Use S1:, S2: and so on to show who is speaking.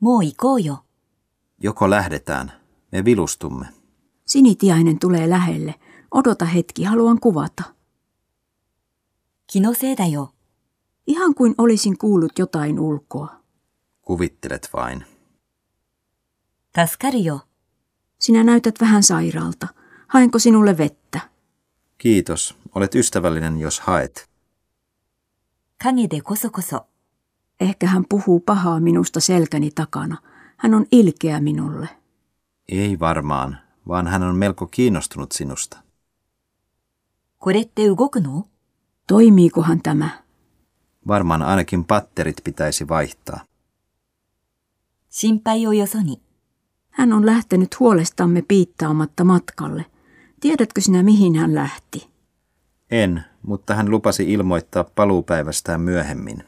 S1: Moo ikoo jo.
S2: Joko lähdetään. Me vilustumme.
S3: Sinitiainen tulee lähelle. Odota hetki, haluan kuvata.
S1: Kino seeda jo.
S3: Ihan kuin olisin kuullut jotain ulkoa.
S2: Kuvittelet vain.
S1: Taskari jo.
S3: Sinä näytät vähän sairaalta. Haenko sinulle vettä?
S2: Kiitos. Olet ystävällinen, jos haet.
S1: Kage de koso koso.
S3: Ehkä hän puhuu pahaa minusta selkäni takana. Hän on ilkeä minulle.
S2: Ei varmaan, vaan hän on melko kiinnostunut sinusta.
S1: これって動くの
S3: Toimiikohan tämä?
S2: Varmaan ainakin patterit pitäisi vaihtaa.
S1: 心配をよそに。
S3: Hän on lähtenyt huolestamme piittaamatta matkalle. Tiedätkö sinä, mihin hän lähti?
S2: En, mutta hän lupasi ilmoittaa paluupäivästään myöhemmin.